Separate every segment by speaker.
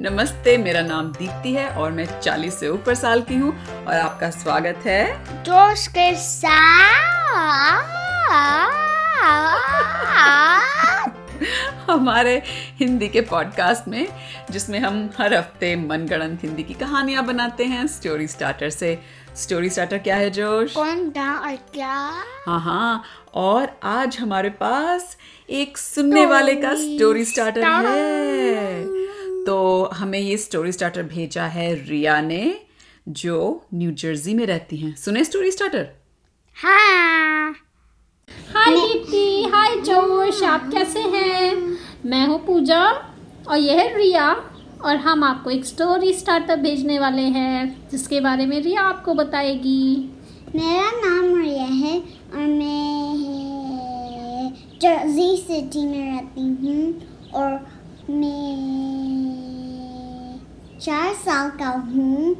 Speaker 1: नमस्ते मेरा नाम दीप्ति है और मैं 40 से ऊपर साल की हूँ और आपका स्वागत है
Speaker 2: जोश के "Ah, साथ
Speaker 1: हमारे हिंदी के पॉडकास्ट में जिसमें हम हर हफ्ते मनगढ़ंत हिंदी की कहानियाँ बनाते हैं स्टोरी स्टार्टर से स्टोरी स्टार्टर क्या है जोश
Speaker 2: कौन था और क्या
Speaker 1: हाँ हाँ और आज हमारे पास एक सुनने वाले का स्टोरी स्टार्टर है तो हमें ये स्टोरी स्टार्टर भेजा है रिया ने जो न्यू जर्सी में रहती हैं सुने स्टोरी स्टार्टर
Speaker 2: हाँ
Speaker 3: हाय दीप्ति हाय जोश आप कैसे हैं मैं हूँ पूजा और यह है रिया और हम आपको एक स्टोरी स्टार्टर भेजने वाले हैं जिसके बारे में रिया आपको बताएगी
Speaker 2: मेरा नाम रिया है और मैं जर्सी सिटी में रहती हूँ और मैं चार साल का हूँ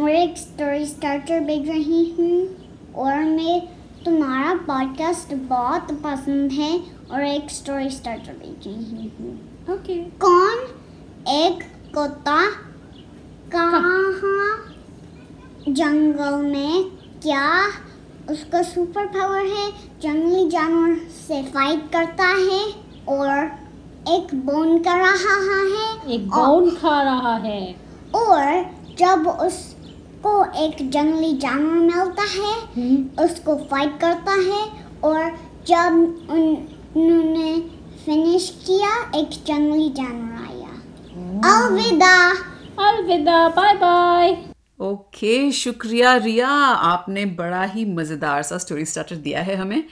Speaker 2: और एक स्टोरी स्टार्टर भेज रही हूँ और मैं तुम्हारा पॉडकास्ट बहुत पसंद है और एक स्टोरी स्टार्टर भेज रही हूँ
Speaker 3: ओके
Speaker 2: कौन एक कुत्ता कहाँ जंगल में क्या उसका सुपर पावर है जंगली जानवर से फाइट करता है और एक बोन कर रहा है और-
Speaker 3: एक बाउल खा रहा है
Speaker 2: और जब उसको एक जंगली जानवर मिलता है उसको फाइट करता है और जब उन- उन्होंने फिनिश किया एक जंगली जानवर आया अलविदा
Speaker 3: अलविदा बाय बाय
Speaker 1: ओके शुक्रिया रिया आपने बड़ा ही मज़ेदार सा स्टोरी स्टार्टर दिया है हमें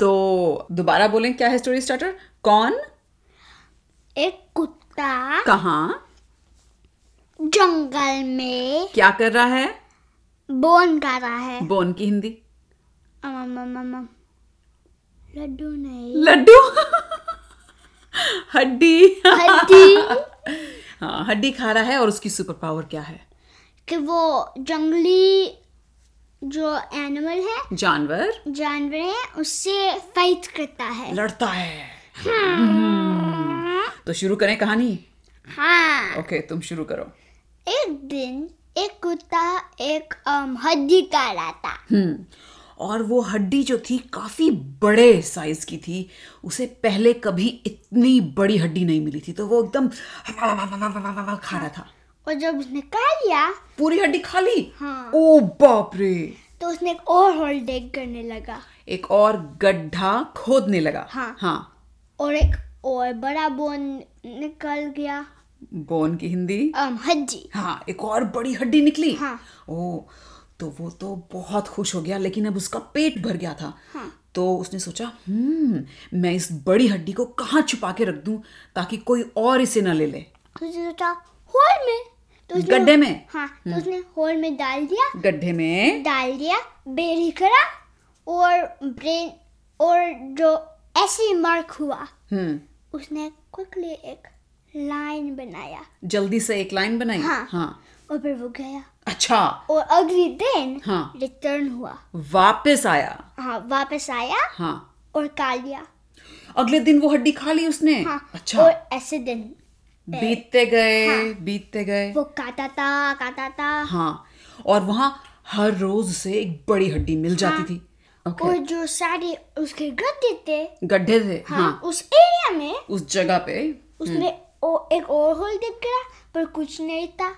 Speaker 1: तो दोबारा बोलें क्या है स्टोरी स्टार्टर कौन
Speaker 2: एक कुत्ता
Speaker 1: कहाँ
Speaker 2: जंगल में
Speaker 1: क्या कर रहा है
Speaker 2: बोन कर रहा है
Speaker 1: बोन की हिंदी
Speaker 2: अम, अम, अम, अम। लड्डू नहीं
Speaker 1: लड्डू हड्डी
Speaker 2: हड्डी
Speaker 1: हाँ हड्डी खा रहा है और उसकी सुपर पावर क्या है
Speaker 2: कि वो जंगली जो एनिमल है
Speaker 1: जानवर
Speaker 2: जानवर है उससे फाइट करता है
Speaker 1: लड़ता है तो शुरू करें कहानी
Speaker 2: हाँ
Speaker 1: ओके तुम शुरू करो
Speaker 2: एक दिन एक कुत्ता एक अम, हड्डी का रहा था
Speaker 1: हम्म और वो हड्डी जो थी काफी बड़े साइज की थी उसे पहले कभी इतनी बड़ी हड्डी नहीं मिली थी तो वो एकदम खा रहा था
Speaker 2: और जब उसने कर लिया
Speaker 1: पूरी हड्डी खा ली
Speaker 2: हाँ।
Speaker 1: ओ बाप रे
Speaker 2: तो उसने एक और होल डेग करने लगा
Speaker 1: एक और गड्ढा खोदने लगा
Speaker 2: हाँ।
Speaker 1: हाँ
Speaker 2: और एक और बड़ा बोन निकल गया
Speaker 1: बोन की हिंदी
Speaker 2: अम, हड्डी
Speaker 1: हाँ एक और बड़ी हड्डी निकली
Speaker 2: हाँ।
Speaker 1: ओ तो वो तो बहुत खुश हो गया लेकिन अब उसका पेट भर गया था
Speaker 2: हाँ।
Speaker 1: तो उसने सोचा हम्म मैं इस बड़ी हड्डी को कहाँ छुपा के रख दूं ताकि कोई और इसे ना ले ले
Speaker 2: तो उसने सोचा होल में तो उसने
Speaker 1: गड्ढे में हम्म।
Speaker 2: हाँ तो उसने होल में डाल दिया
Speaker 1: गड्ढे में
Speaker 2: डाल दिया बेरी करा और ब्रेन और जो ऐसे ही मार्क हुआ
Speaker 1: हम्म
Speaker 2: उसने क्विकली एक लाइन बनाया
Speaker 1: जल्दी से एक लाइन बनाई
Speaker 2: हाँ। और फिर वो गया
Speaker 1: अच्छा
Speaker 2: और अगले दिन
Speaker 1: हाँ।
Speaker 2: रिटर्न हुआ
Speaker 1: वापस आया
Speaker 2: हाँ वापस आया
Speaker 1: हाँ
Speaker 2: और खा लिया
Speaker 1: अगले दिन वो हड्डी खा ली उसने
Speaker 2: हाँ
Speaker 1: अच्छा
Speaker 2: और ऐसे दिन
Speaker 1: बीतते गए
Speaker 2: हाँ।
Speaker 1: बीतते गए
Speaker 2: वो खाता था खाता था
Speaker 1: हाँ और वहाँ हर रोज उसे एक बड़ी हड्डी मिल जाती थी ओके
Speaker 2: हाँ। और जो सारे उसके गद्दे थे
Speaker 1: गड्ढे थे
Speaker 2: हाँ,
Speaker 1: हाँ हम्म।
Speaker 2: उस एरिया में
Speaker 1: उस जगह पे
Speaker 2: उसने ओ, एक और होल दिख गया पर कुछ नहीं था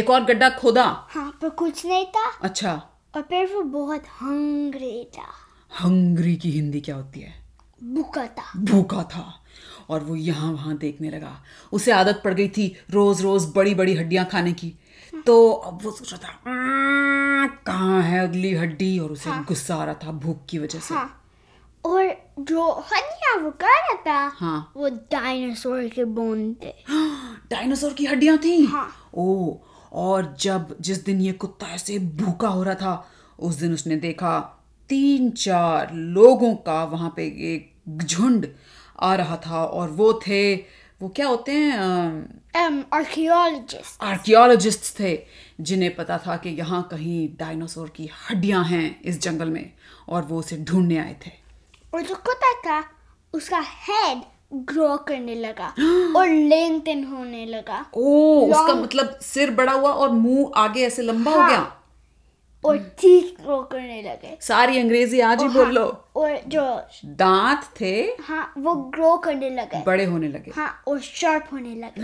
Speaker 1: एक और गड्ढा खोदा
Speaker 2: हाँ पर कुछ नहीं था
Speaker 1: अच्छा
Speaker 2: और फिर वो बहुत हंग्री था
Speaker 1: हंगरी की हिंदी क्या होती है
Speaker 2: भूखा था
Speaker 1: भूखा था और वो यहाँ वहाँ देखने लगा उसे आदत पड़ गई थी रोज रोज बड़ी बड़ी हड्डियाँ खाने की तो अब वो सोच रहा था "आ, कहाँ है अगली हड्डी और उसे गुस्सा आ रहा था भूख की वजह से
Speaker 2: हाँ और जो हड्डियाँ वो कर रहा था
Speaker 1: हाँ।
Speaker 2: वो डायनासोर के बोन थे
Speaker 1: डायनासोर की हड्डियां थी
Speaker 2: हाँ।
Speaker 1: ओ और जब जिस दिन ये कुत्ता ऐसे भूखा हो रहा था उस दिन उसने देखा तीन चार लोगों का वहां पे एक झुंड आ रहा था और वो थे वो क्या होते हैं
Speaker 2: um, archaeologist.
Speaker 1: आर्कियोलॉजिस्ट थे जिन्हें पता था कि यहाँ कहीं डायनासोर की हड्डियां हैं इस जंगल में और वो उसे ढूंढने आए थे
Speaker 2: और जो कुत्ता था उसका हेड ग्रो करने लगा और लेन देन होने लगा
Speaker 1: ओ उसका मतलब सिर बड़ा हुआ और मुंह आगे ऐसे लंबा हो गया
Speaker 2: हाँ। और टीथ ग्रो करने लगे
Speaker 1: सारी अंग्रेजी आज ही बोल लो
Speaker 2: और जो
Speaker 1: दांत थे
Speaker 2: हाँ वो ग्रो करने लगे
Speaker 1: बड़े होने लगे
Speaker 2: हाँ और शार्प होने लगे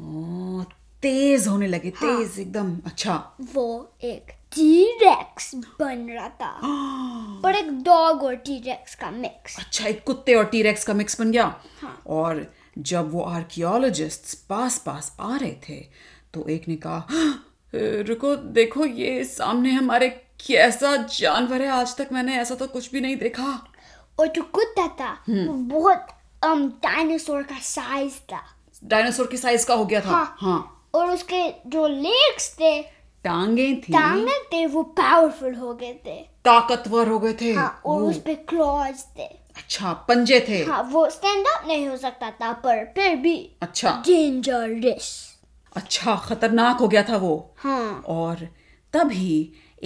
Speaker 1: ओ तेज होने लगे तेज एकदम अच्छा
Speaker 2: वो एक टीरेक्स बन रहा था और एक डॉग और टीरेक्स का मिक्स
Speaker 1: अच्छा एक कुत्ते और टीरेक्स का मिक्स बन गया
Speaker 2: हाँ।
Speaker 1: और जब वो आर्कियोलॉजिस्ट्स पास पास आ रहे थे तो एक ने कहा "हाँ, रुको देखो ये सामने हमारे कैसा जानवर है आज तक मैंने ऐसा तो कुछ भी नहीं देखा
Speaker 2: और जो कुत्ता था वो बहुत um, डायनासोर का साइज था
Speaker 1: डायनासोर के साइज का हो गया था
Speaker 2: हाँ। और उसके जो लेग्स थे
Speaker 1: Hmm. टांगे थी
Speaker 2: टांगे थे वो पावरफुल हो गए थे
Speaker 1: ताकतवर हो गए थे
Speaker 2: हाँ और
Speaker 1: ओ,
Speaker 2: उस पे क्लॉज थे
Speaker 1: अच्छा पंजे थे
Speaker 2: हाँ वो स्टैंड अप नहीं हो सकता था पर फिर भी
Speaker 1: अच्छा
Speaker 2: डेंजरस
Speaker 1: अच्छा खतरनाक हो गया था वो
Speaker 2: हाँ
Speaker 1: और तभी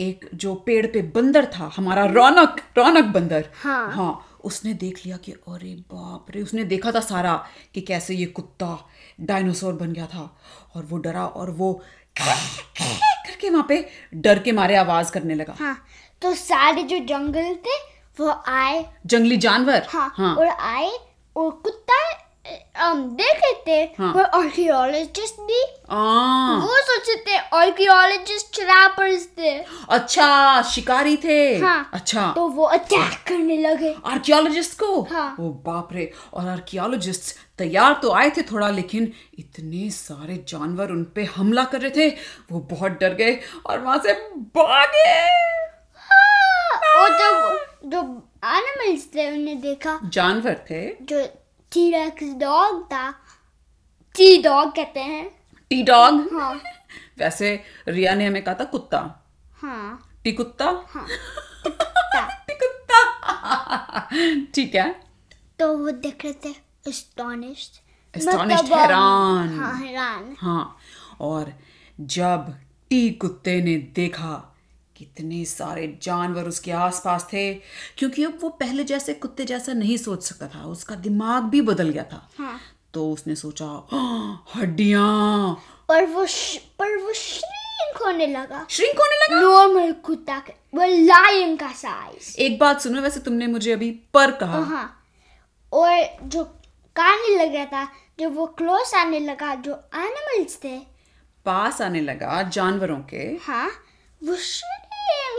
Speaker 1: एक जो पेड़ पे बंदर था हमारा रौनक रौनक बंदर
Speaker 2: हाँ।
Speaker 1: उसने देख लिया कि अरे बाप रे उसने देखा था सारा कि कैसे ये कुत्ता डायनासोर बन गया था और वो डरा और वो करके वहां पे डर के मारे आवाज करने लगा
Speaker 2: हाँ तो सारे जो जंगल थे वो आए
Speaker 1: जंगली जानवर
Speaker 2: हाँ, और आए और कुत्ता um, देखे थे
Speaker 1: हाँ।
Speaker 2: और आर्कियोलॉजिस्ट भी
Speaker 1: आ,
Speaker 2: वो सोचे थे आर्कियोलॉजिस्ट ट्रैपर्स थे
Speaker 1: अच्छा शिकारी थे
Speaker 2: हाँ।
Speaker 1: अच्छा
Speaker 2: तो वो अटैक करने लगे
Speaker 1: आर्कियोलॉजिस्ट को
Speaker 2: हाँ।
Speaker 1: ओ बाप रे और आर्कियोलॉजिस्ट तैयार तो आए थे थोड़ा लेकिन इतने सारे जानवर उन पे हमला कर रहे थे वो बहुत डर गए और वहां से भागे हाँ।
Speaker 2: और जब जो एनिमल्स थे उन्हें देखा
Speaker 1: जानवर थे
Speaker 2: जो टीरेक्स डॉग था टी डॉग कहते हैं
Speaker 1: टी डॉग
Speaker 2: हाँ
Speaker 1: वैसे रिया ने हमें कहा था कुत्ता
Speaker 2: हाँ
Speaker 1: टी कुत्ता
Speaker 2: था।
Speaker 1: टी कुत्ता ठीक है
Speaker 2: तो वो देख रहे थे astonished
Speaker 1: Astonished,
Speaker 2: मतलब, um,
Speaker 1: हैरान।
Speaker 2: हाँ हैरान
Speaker 1: हाँ और जब टी कुत्ते ने देखा कितने सारे जानवर उसके आसपास थे क्योंकि अब वो पहले जैसे कुत्ते जैसा नहीं सोच सकता था उसका दिमाग भी बदल गया था
Speaker 2: हाँ।
Speaker 1: तो उसने सोचा हड्डियां
Speaker 2: और वो श, पर वो श्रिंक होने लगा
Speaker 1: श्रिंक होने लगा
Speaker 2: नॉर्मल कुत्ता के वो लायन का साइज
Speaker 1: एक बात सुनो वैसे तुमने मुझे अभी पर कहा
Speaker 2: हाँ और जो काने लग गया था जब वो क्लोज आने लगा जो एनिमल्स थे
Speaker 1: पास आने लगा जानवरों के
Speaker 2: हाँ वो श्रिंक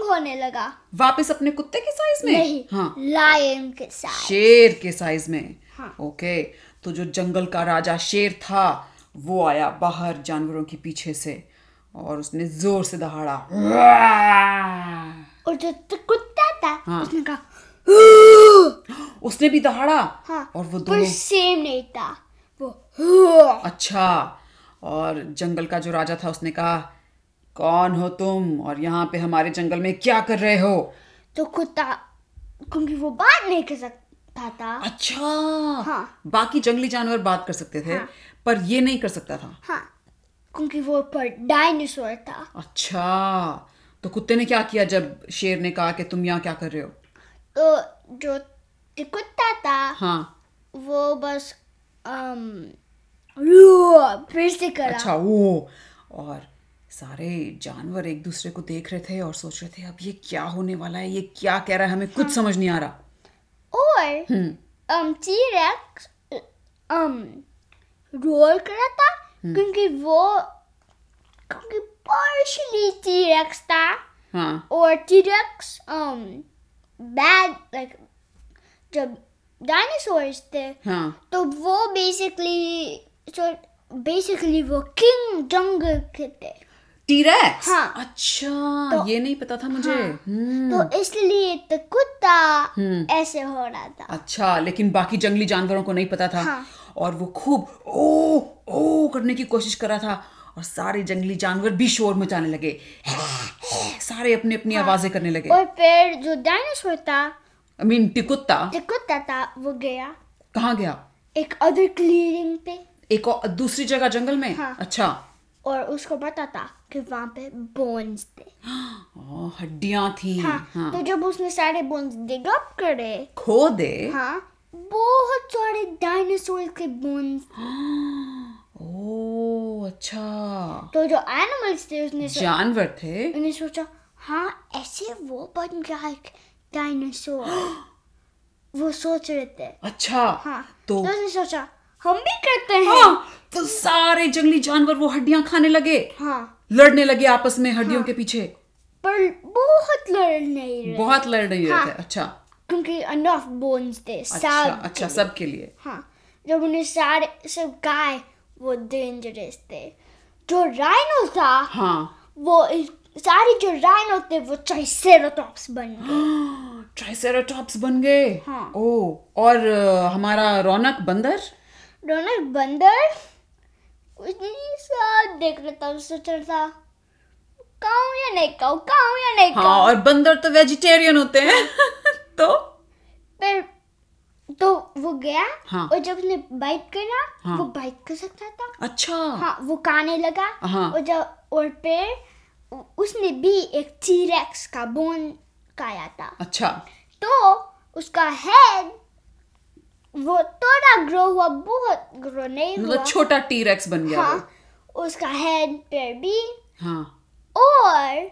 Speaker 2: होने लगा
Speaker 1: वापस अपने कुत्ते के साइज में
Speaker 2: नहीं
Speaker 1: हाँ
Speaker 2: लायन के साइज
Speaker 1: शेर के साइज में
Speaker 2: हाँ।
Speaker 1: ओके तो जो जंगल का राजा शेर था वो आया बाहर जानवरों के पीछे से और उसने जोर से दहाड़ा
Speaker 2: और जो तो कुत्ता था
Speaker 1: हाँ।
Speaker 2: उसने कहा
Speaker 1: उसने भी दहाड़ा
Speaker 2: हाँ
Speaker 1: और वो
Speaker 2: पर
Speaker 1: दोनों
Speaker 2: सेम नहीं था वो "हाँ।" "हुआ!"
Speaker 1: अच्छा और जंगल का जो राजा था उसने कहा कौन हो तुम और यहाँ पे हमारे जंगल में क्या कर रहे हो
Speaker 2: तो कुत्ता क्योंकि वो बात नहीं कर सकता था
Speaker 1: अच्छा
Speaker 2: हाँ।
Speaker 1: बाकी जंगली जानवर बात कर सकते थे पर ये नहीं कर सकता था
Speaker 2: हाँ क्योंकि वो पर डायनासोर था
Speaker 1: अच्छा तो कुत्ते ने क्या किया जब शेर ने कहा कि तुम यहाँ क्या कर रहे हो
Speaker 2: तो जो ति- कुत्ता था
Speaker 1: हाँ
Speaker 2: वो बस अम "हुआ!" फिर से करा
Speaker 1: अच्छा वो और सारे जानवर एक दूसरे को देख रहे थे और सोच रहे थे अब ये क्या होने वाला है ये क्या कह रहा है हमें कुछ समझ नहीं आ रहा
Speaker 2: और um T-Rex um रोल कर रहा था क्योंकि वो क्योंकि partially T-Rex था
Speaker 1: हाँ
Speaker 2: और T-Rex um bad like जब डायनासोर्स थे
Speaker 1: हाँ
Speaker 2: तो वो बेसिकली सो बेसिकली वो किंग जंगल के थे
Speaker 1: टीरेक्स
Speaker 2: हाँ।
Speaker 1: अच्छा ये नहीं पता था मुझे हम्म
Speaker 2: तो इसलिए तो कुत्ता ऐसे हो रहा था
Speaker 1: अच्छा लेकिन बाकी जंगली जानवरों को नहीं पता था
Speaker 2: हाँ।
Speaker 1: और वो खूब ओ ओ करने की कोशिश कर रहा था और सारे जंगली जानवर भी शोर मचाने लगे सारे अपनी अपनी
Speaker 2: हाँ।
Speaker 1: आवाजें करने लगे
Speaker 2: और फिर जो डायनासोर था
Speaker 1: आई मीन टिकुत्ता
Speaker 2: जो कुत्ता था वो गया
Speaker 1: कहाँ गया
Speaker 2: एक अदर क्लियरिंग पे
Speaker 1: एक और दूसरी जगह जंगल में
Speaker 2: हाँ।
Speaker 1: अच्छा
Speaker 2: और उसको पता था कि वहाँ पे बोन्स थे
Speaker 1: ओ, हड्डियां थी
Speaker 2: हाँ,
Speaker 1: हाँ।
Speaker 2: तो जब उसने सारे बोन्स डिग अप करे
Speaker 1: खो दे
Speaker 2: हाँ बहुत सारे डायनासोर के बोन्स हाँ।
Speaker 1: ओह अच्छा
Speaker 2: तो जो एनिमल्स थे उसने सो,
Speaker 1: जानवर थे
Speaker 2: उन्हें सोचा हाँ ऐसे वो बन गया एक डायनासोर वो सोच रहे थे
Speaker 1: अच्छा
Speaker 2: हाँ
Speaker 1: तो
Speaker 2: उसने सोचा हम भी करते हैं
Speaker 1: हाँ, तो सारे जंगली जानवर वो हड्डियां खाने लगे
Speaker 2: हाँ
Speaker 1: लड़ने लगे आपस में हड्डियों के पीछे
Speaker 2: पर बहुत लड़ नहीं रहे
Speaker 1: बहुत लड़ रही
Speaker 2: हाँ।
Speaker 1: थे अच्छा
Speaker 2: क्योंकि अनफ बोन्स थे
Speaker 1: अच्छा
Speaker 2: सब
Speaker 1: अच्छा सबके लिए
Speaker 2: हाँ जब उन्हें सारे सब गाय वो डेंजरस थे जो राइनो था
Speaker 1: हाँ
Speaker 2: वो इस- सारे जो राइनो थे वो ट्राइसेराटॉप्स बन गए
Speaker 1: ट्राइसेराटॉप्स बन गए
Speaker 2: हाँ।
Speaker 1: ओह और अ, हमारा रौनक बंदर
Speaker 2: डोनर बंदर उसने सब देख रहा था उससे चल था खाऊं या नहीं खाऊं खाऊं या नहीं
Speaker 1: हाँ
Speaker 2: खाऊं
Speaker 1: और बंदर तो वेजिटेरियन होते हैं तो
Speaker 2: फिर तो वो गया
Speaker 1: हाँ।
Speaker 2: और जब उसने बाइट करा
Speaker 1: हाँ।
Speaker 2: वो बाइट कर सकता था
Speaker 1: अच्छा
Speaker 2: हाँ वो खाने लगा
Speaker 1: हाँ।
Speaker 2: और जब और फिर उसने भी एक टीरेक्स का बोन खाया था
Speaker 1: अच्छा
Speaker 2: तो उसका हेड वो थोड़ा ग्रो हुआ बहुत ग्रो नहीं हुआ
Speaker 1: मतलब छोटा टीरेक्स बन गया वो
Speaker 2: हाँ उसका हेड पर भी
Speaker 1: हाँ
Speaker 2: और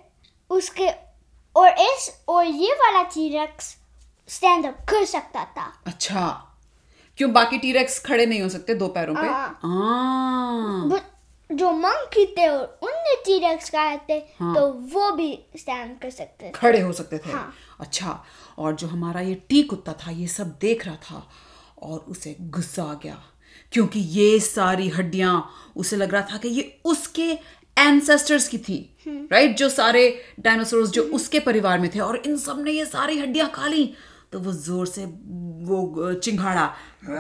Speaker 2: उसके और इस और ये वाला टीरेक्स स्टैंड अप कर सकता था
Speaker 1: अच्छा क्यों बाकी टीरेक्स खड़े नहीं हो सकते दो पैरों पे
Speaker 2: हाँ।
Speaker 1: हाँ
Speaker 2: बट जो मंकी थे और उनने टीरेक्स खाए थे
Speaker 1: हाँ।
Speaker 2: तो वो भी स्टैंड कर सकते थे
Speaker 1: खड़े हो सकते थे
Speaker 2: हाँ।
Speaker 1: अच्छा और जो हमारा ये टी कुत्ता था ये सब देख रहा था और उसे गुस्सा आ गया क्योंकि ये सारी हड्डियां उसे लग रहा था कि ये उसके एंसेस्टर्स की थी राइट जो सारे डायनासोर जो उसके परिवार में थे और इन सब ने ये सारी हड्डियां खा ली तो वो जोर से वो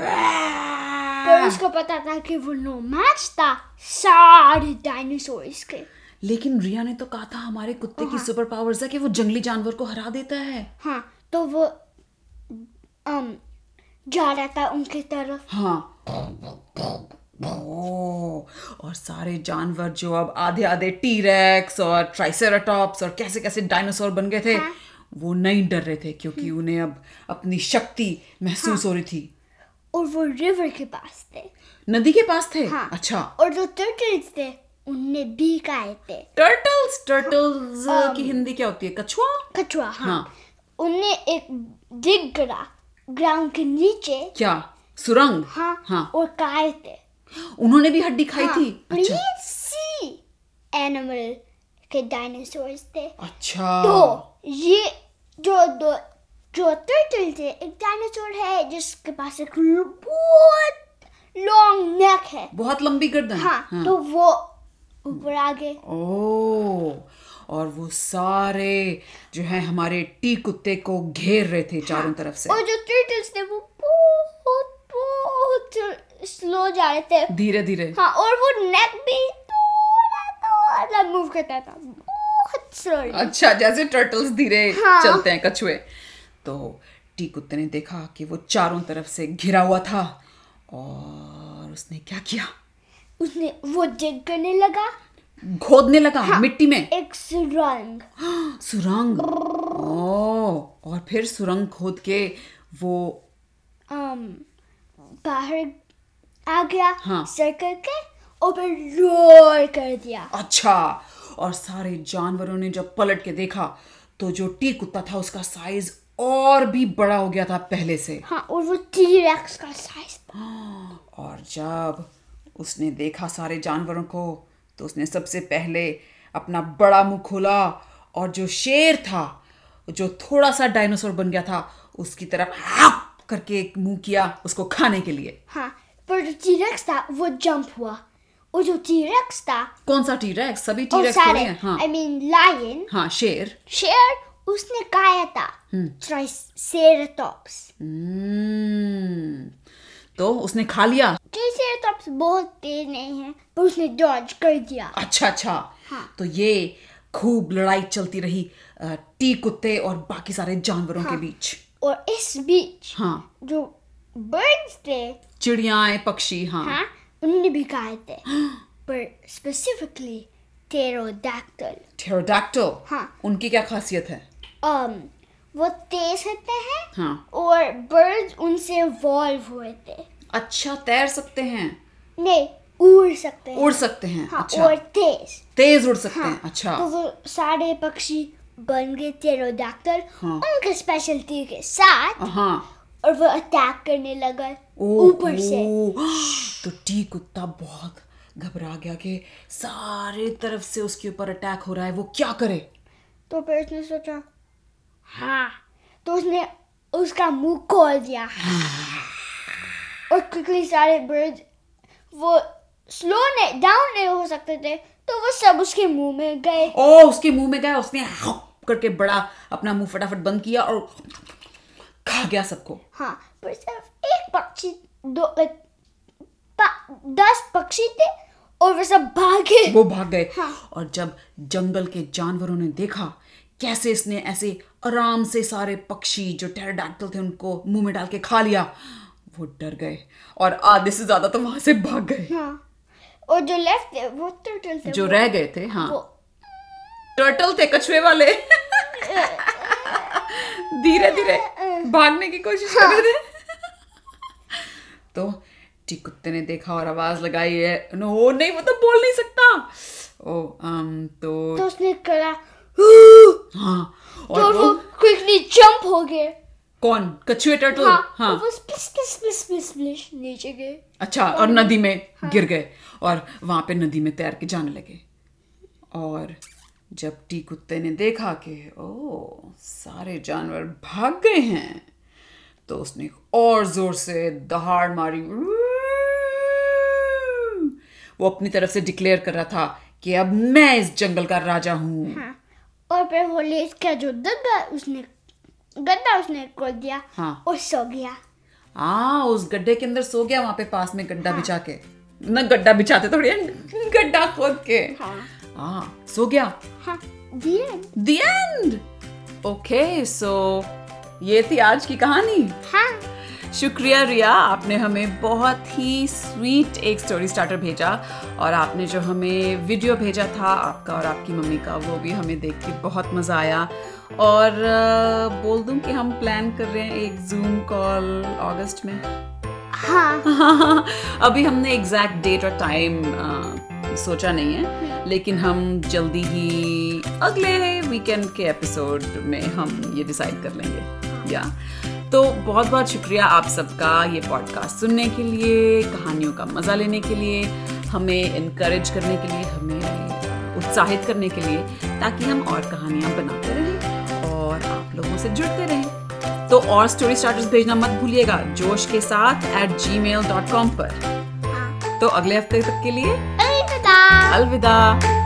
Speaker 1: चिंघाड़ा
Speaker 2: पर उसको पता था कि वो नो मैच था सारे डायनासोर्स के
Speaker 1: लेकिन रिया ने तो कहा था हमारे कुत्ते की सुपर पावर्स है कि वो जंगली जानवर को हरा देता है
Speaker 2: हाँ तो वो अम जा रहा था उनकी तरफ
Speaker 1: हाँ ओ, और सारे जानवर जो अब आधे आधे टीरेक्स और ट्राइसेराटॉप्स और कैसे कैसे डायनासोर बन गए थे
Speaker 2: हाँ।
Speaker 1: वो नहीं डर रहे थे क्योंकि
Speaker 2: हम्म।
Speaker 1: उन्हें अब अपनी शक्ति
Speaker 2: हाँ।
Speaker 1: महसूस हो रही थी
Speaker 2: और वो रिवर के पास थे
Speaker 1: नदी के पास थे
Speaker 2: हाँ।
Speaker 1: अच्छा
Speaker 2: और जो टर्टल्स थे उनने भी खाए थे
Speaker 1: टर्टल्स टर्टल्स की हिंदी क्या होती है कछुआ
Speaker 2: कछुआ हाँ,
Speaker 1: हाँ।
Speaker 2: उनने एक डिग करा ग्राउंड के नीचे
Speaker 1: क्या सुरंग
Speaker 2: हाँ,
Speaker 1: हाँ
Speaker 2: और खाए थे
Speaker 1: उन्होंने भी हड्डी खाई
Speaker 2: हाँ,
Speaker 1: थी
Speaker 2: और
Speaker 1: अच्छा
Speaker 2: ये सी एनिमल के डायनासोर्स थे
Speaker 1: अच्छा
Speaker 2: तो ये जो दो जो टर्टल थे एक डायनासोर है जिसके पास एक ल- बहुत लॉन्ग नेक है
Speaker 1: बहुत लंबी गर्दन
Speaker 2: हाँ, तो वो ऊपर आ गए
Speaker 1: ओ और वो सारे जो है हमारे टी कुत्ते को घेर रहे थे चारों तरफ से
Speaker 2: हाँ। और जो टर्टल्स थे वो बहुत बहुत स्लो जा रहे थे
Speaker 1: धीरे धीरे
Speaker 2: हाँ और वो नेक भी थोड़ा थोड़ा मूव करता था बहुत स्लोली
Speaker 1: अच्छा जैसे टर्टल्स धीरे
Speaker 2: हाँ।
Speaker 1: चलते हैं कछुए तो टी कुत्ते ने देखा कि वो चारों तरफ से घिरा हुआ था और उसने क्या किया
Speaker 2: उसने वो जिग करने लगा
Speaker 1: खोदने लगा
Speaker 2: हाँ।
Speaker 1: मिट्टी में
Speaker 2: एक सुरंग
Speaker 1: सुरंग ओ और फिर सुरंग खोद के वो
Speaker 2: um, बाहर आ गया
Speaker 1: हाँ।
Speaker 2: सर्कल के और फिर रोर कर दिया
Speaker 1: अच्छा और सारे जानवरों ने जब पलट के देखा तो जो टी कुत्ता था उसका साइज और भी बड़ा हो गया था पहले से
Speaker 2: हाँ और वो टीरेक्स का साइज
Speaker 1: और जब उसने देखा सारे जानवरों को तो उसने सबसे पहले अपना बड़ा मुंह खोला और जो शेर था जो थोड़ा सा डायनासोर बन गया था उसकी तरफ हाँ करके एक मुंह किया उसको खाने के लिए
Speaker 2: हाँ पर जो टीरेक्स था वो जंप हुआ और जो टीरेक्स था
Speaker 1: कौन सा टीरेक्स सभी
Speaker 2: और
Speaker 1: टीरेक्स थोड़ी
Speaker 2: सारे
Speaker 1: हैं हाँ
Speaker 2: आई मीन लायन
Speaker 1: हाँ शेर
Speaker 2: शेर उसने खाया था ट्राइसेराटॉप्स
Speaker 1: हम्म, तो उसने खा लिया
Speaker 2: ट्राइसेराटॉप्स बहुत तेज नहीं है पर उसने डॉज कर दिया
Speaker 1: अच्छा अच्छा
Speaker 2: हाँ।
Speaker 1: तो ये खूब लड़ाई चलती रही अ, टी कुत्ते और बाकी सारे जानवरों
Speaker 2: हाँ।
Speaker 1: के बीच
Speaker 2: और इस बीच
Speaker 1: हाँ
Speaker 2: जो बर्ड्स थे
Speaker 1: चिड़ियाएं पक्षी हाँ
Speaker 2: हाँ उन्होंने भी खाए थे पर स्पेसिफिकली टेरोडैक्टल
Speaker 1: pterodactyl
Speaker 2: हाँ।
Speaker 1: उनकी क्या खासियत है
Speaker 2: um वो तेज होते हैं
Speaker 1: हाँ
Speaker 2: और बर्ड्स उनसे इवॉल्व हुए थे
Speaker 1: अच्छा तैर सकते हैं
Speaker 2: नहीं उड़ सकते हैं
Speaker 1: उड़ सकते हैं
Speaker 2: हाँ,
Speaker 1: अच्छा
Speaker 2: और तेज
Speaker 1: तेज उड़ सकते हैं
Speaker 2: तो
Speaker 1: अच्छा
Speaker 2: वो सारे पक्षी बन गए टेरोडैक्टल
Speaker 1: हाँ।
Speaker 2: उनके स्पेशलिटी के साथ
Speaker 1: हाँ
Speaker 2: और वो अटैक करने लगा
Speaker 1: ओ,
Speaker 2: ऊपर से
Speaker 1: ओ, तो टी कुत्ता बहुत घबरा गया कि सारे तरफ से उसके ऊपर अटैक हो रहा है वो क्या करे
Speaker 2: तो फिर उसने सोचा हाँ तो उसने उसका मुंह खोल दिया और क्विकली सारे बर्ड वो स्लो नहीं डाउन नहीं हो सकते थे तो वो सब उसके मुंह में गए
Speaker 1: ओ उसके मुंह में गया उसने हप करके बड़ा अपना मुंह फटाफट बंद किया और खा गया सबको
Speaker 2: हाँ पर सिर्फ एक पक्षी दो like, पा- दस पक्षी थे और वो सब भागे
Speaker 1: वो भाग गए
Speaker 2: हाँ।
Speaker 1: और जब जंगल के जानवरों ने देखा कैसे इसने ऐसे आराम से सारे पक्षी जो टेराडाक्टल थे उनको मुंह में डाल के खा लिया वो डर गए और आधे से ज्यादा तो वहां से भाग गए
Speaker 2: हाँ और जो लेफ्ट थे वो टर्टल थे
Speaker 1: जो
Speaker 2: वो-
Speaker 1: रह गए थे हाँ
Speaker 2: वो-
Speaker 1: टर्टल थे कछुए वाले धीरे धीरे भागने की कोशिश कर रहे थे तो टी कुत्ते ने देखा और आवाज लगाई है नो नहीं वो तो बोल नहीं सकता ओ अम, तो
Speaker 2: तो उसने करा तो
Speaker 1: हाँ और
Speaker 2: वो
Speaker 1: वो
Speaker 2: क्विकली जंप हो गए
Speaker 1: कौन कछुए टर्टल
Speaker 2: हाँ,
Speaker 1: हाँ
Speaker 2: वो स्प्लिश स्प्लिश स्प्लिश स्प्लिश स्प्लिश नीचे गए
Speaker 1: अच्छा और नदी में
Speaker 2: हाँ।
Speaker 1: गिर गए और वहां पे नदी में तैर के जाने लगे और जब टी कुत्ते ने देखा कि ओ सारे जानवर भाग गए हैं तो उसने और जोर से दहाड़ मारी वो अपनी तरफ से डिक्लेयर कर रहा था कि अब मैं इस जंगल का राजा हूँ
Speaker 2: हाँ, और फिर वो लेस का जो गद्दा उसने गद्दा उसने खोल दिया
Speaker 1: हाँ।
Speaker 2: और सो गया
Speaker 1: हाँ उस गड्ढे के अंदर सो गया वहां पे पास में
Speaker 2: हाँ।
Speaker 1: गड्ढा बिछा के ना गड्ढा बिछाते थोड़ी हैं, गड्ढा खोद के
Speaker 2: हाँ
Speaker 1: हाँ सो गया
Speaker 2: हाँ the end.
Speaker 1: the end okay so ये थी आज की कहानी
Speaker 2: हाँ
Speaker 1: शुक्रिया रिया आपने हमें बहुत ही स्वीट एक स्टोरी स्टार्टर भेजा और आपने जो हमें वीडियो भेजा था आपका और आपकी मम्मी का वो भी हमें देख के बहुत मज़ा आया और अ, बोल दूं कि हम प्लान कर रहे हैं एक जूम कॉल अगस्त में
Speaker 2: हाँ
Speaker 1: अभी हमने एग्जैक्ट डेट और टाइम सोचा नहीं है लेकिन हम जल्दी ही अगले वीकेंड के एपिसोड में हम ये डिसाइड कर लेंगे या तो बहुत बहुत शुक्रिया आप सबका ये पॉडकास्ट सुनने के लिए कहानियों का मज़ा लेने के लिए हमें इनक्रेज करने के लिए हमें उत्साहित करने के लिए ताकि हम और कहानियाँ बनाते रहें और आप लोगों से जुड़ते रहें तो और स्टोरी स्टार्टर्स भेजना मत भूलिएगा जोश के साथ एट जी
Speaker 2: हाँ।
Speaker 1: मेल डॉट कॉम पर तो अगले हफ्ते तक के लिए
Speaker 2: अलविदा
Speaker 1: अलविदा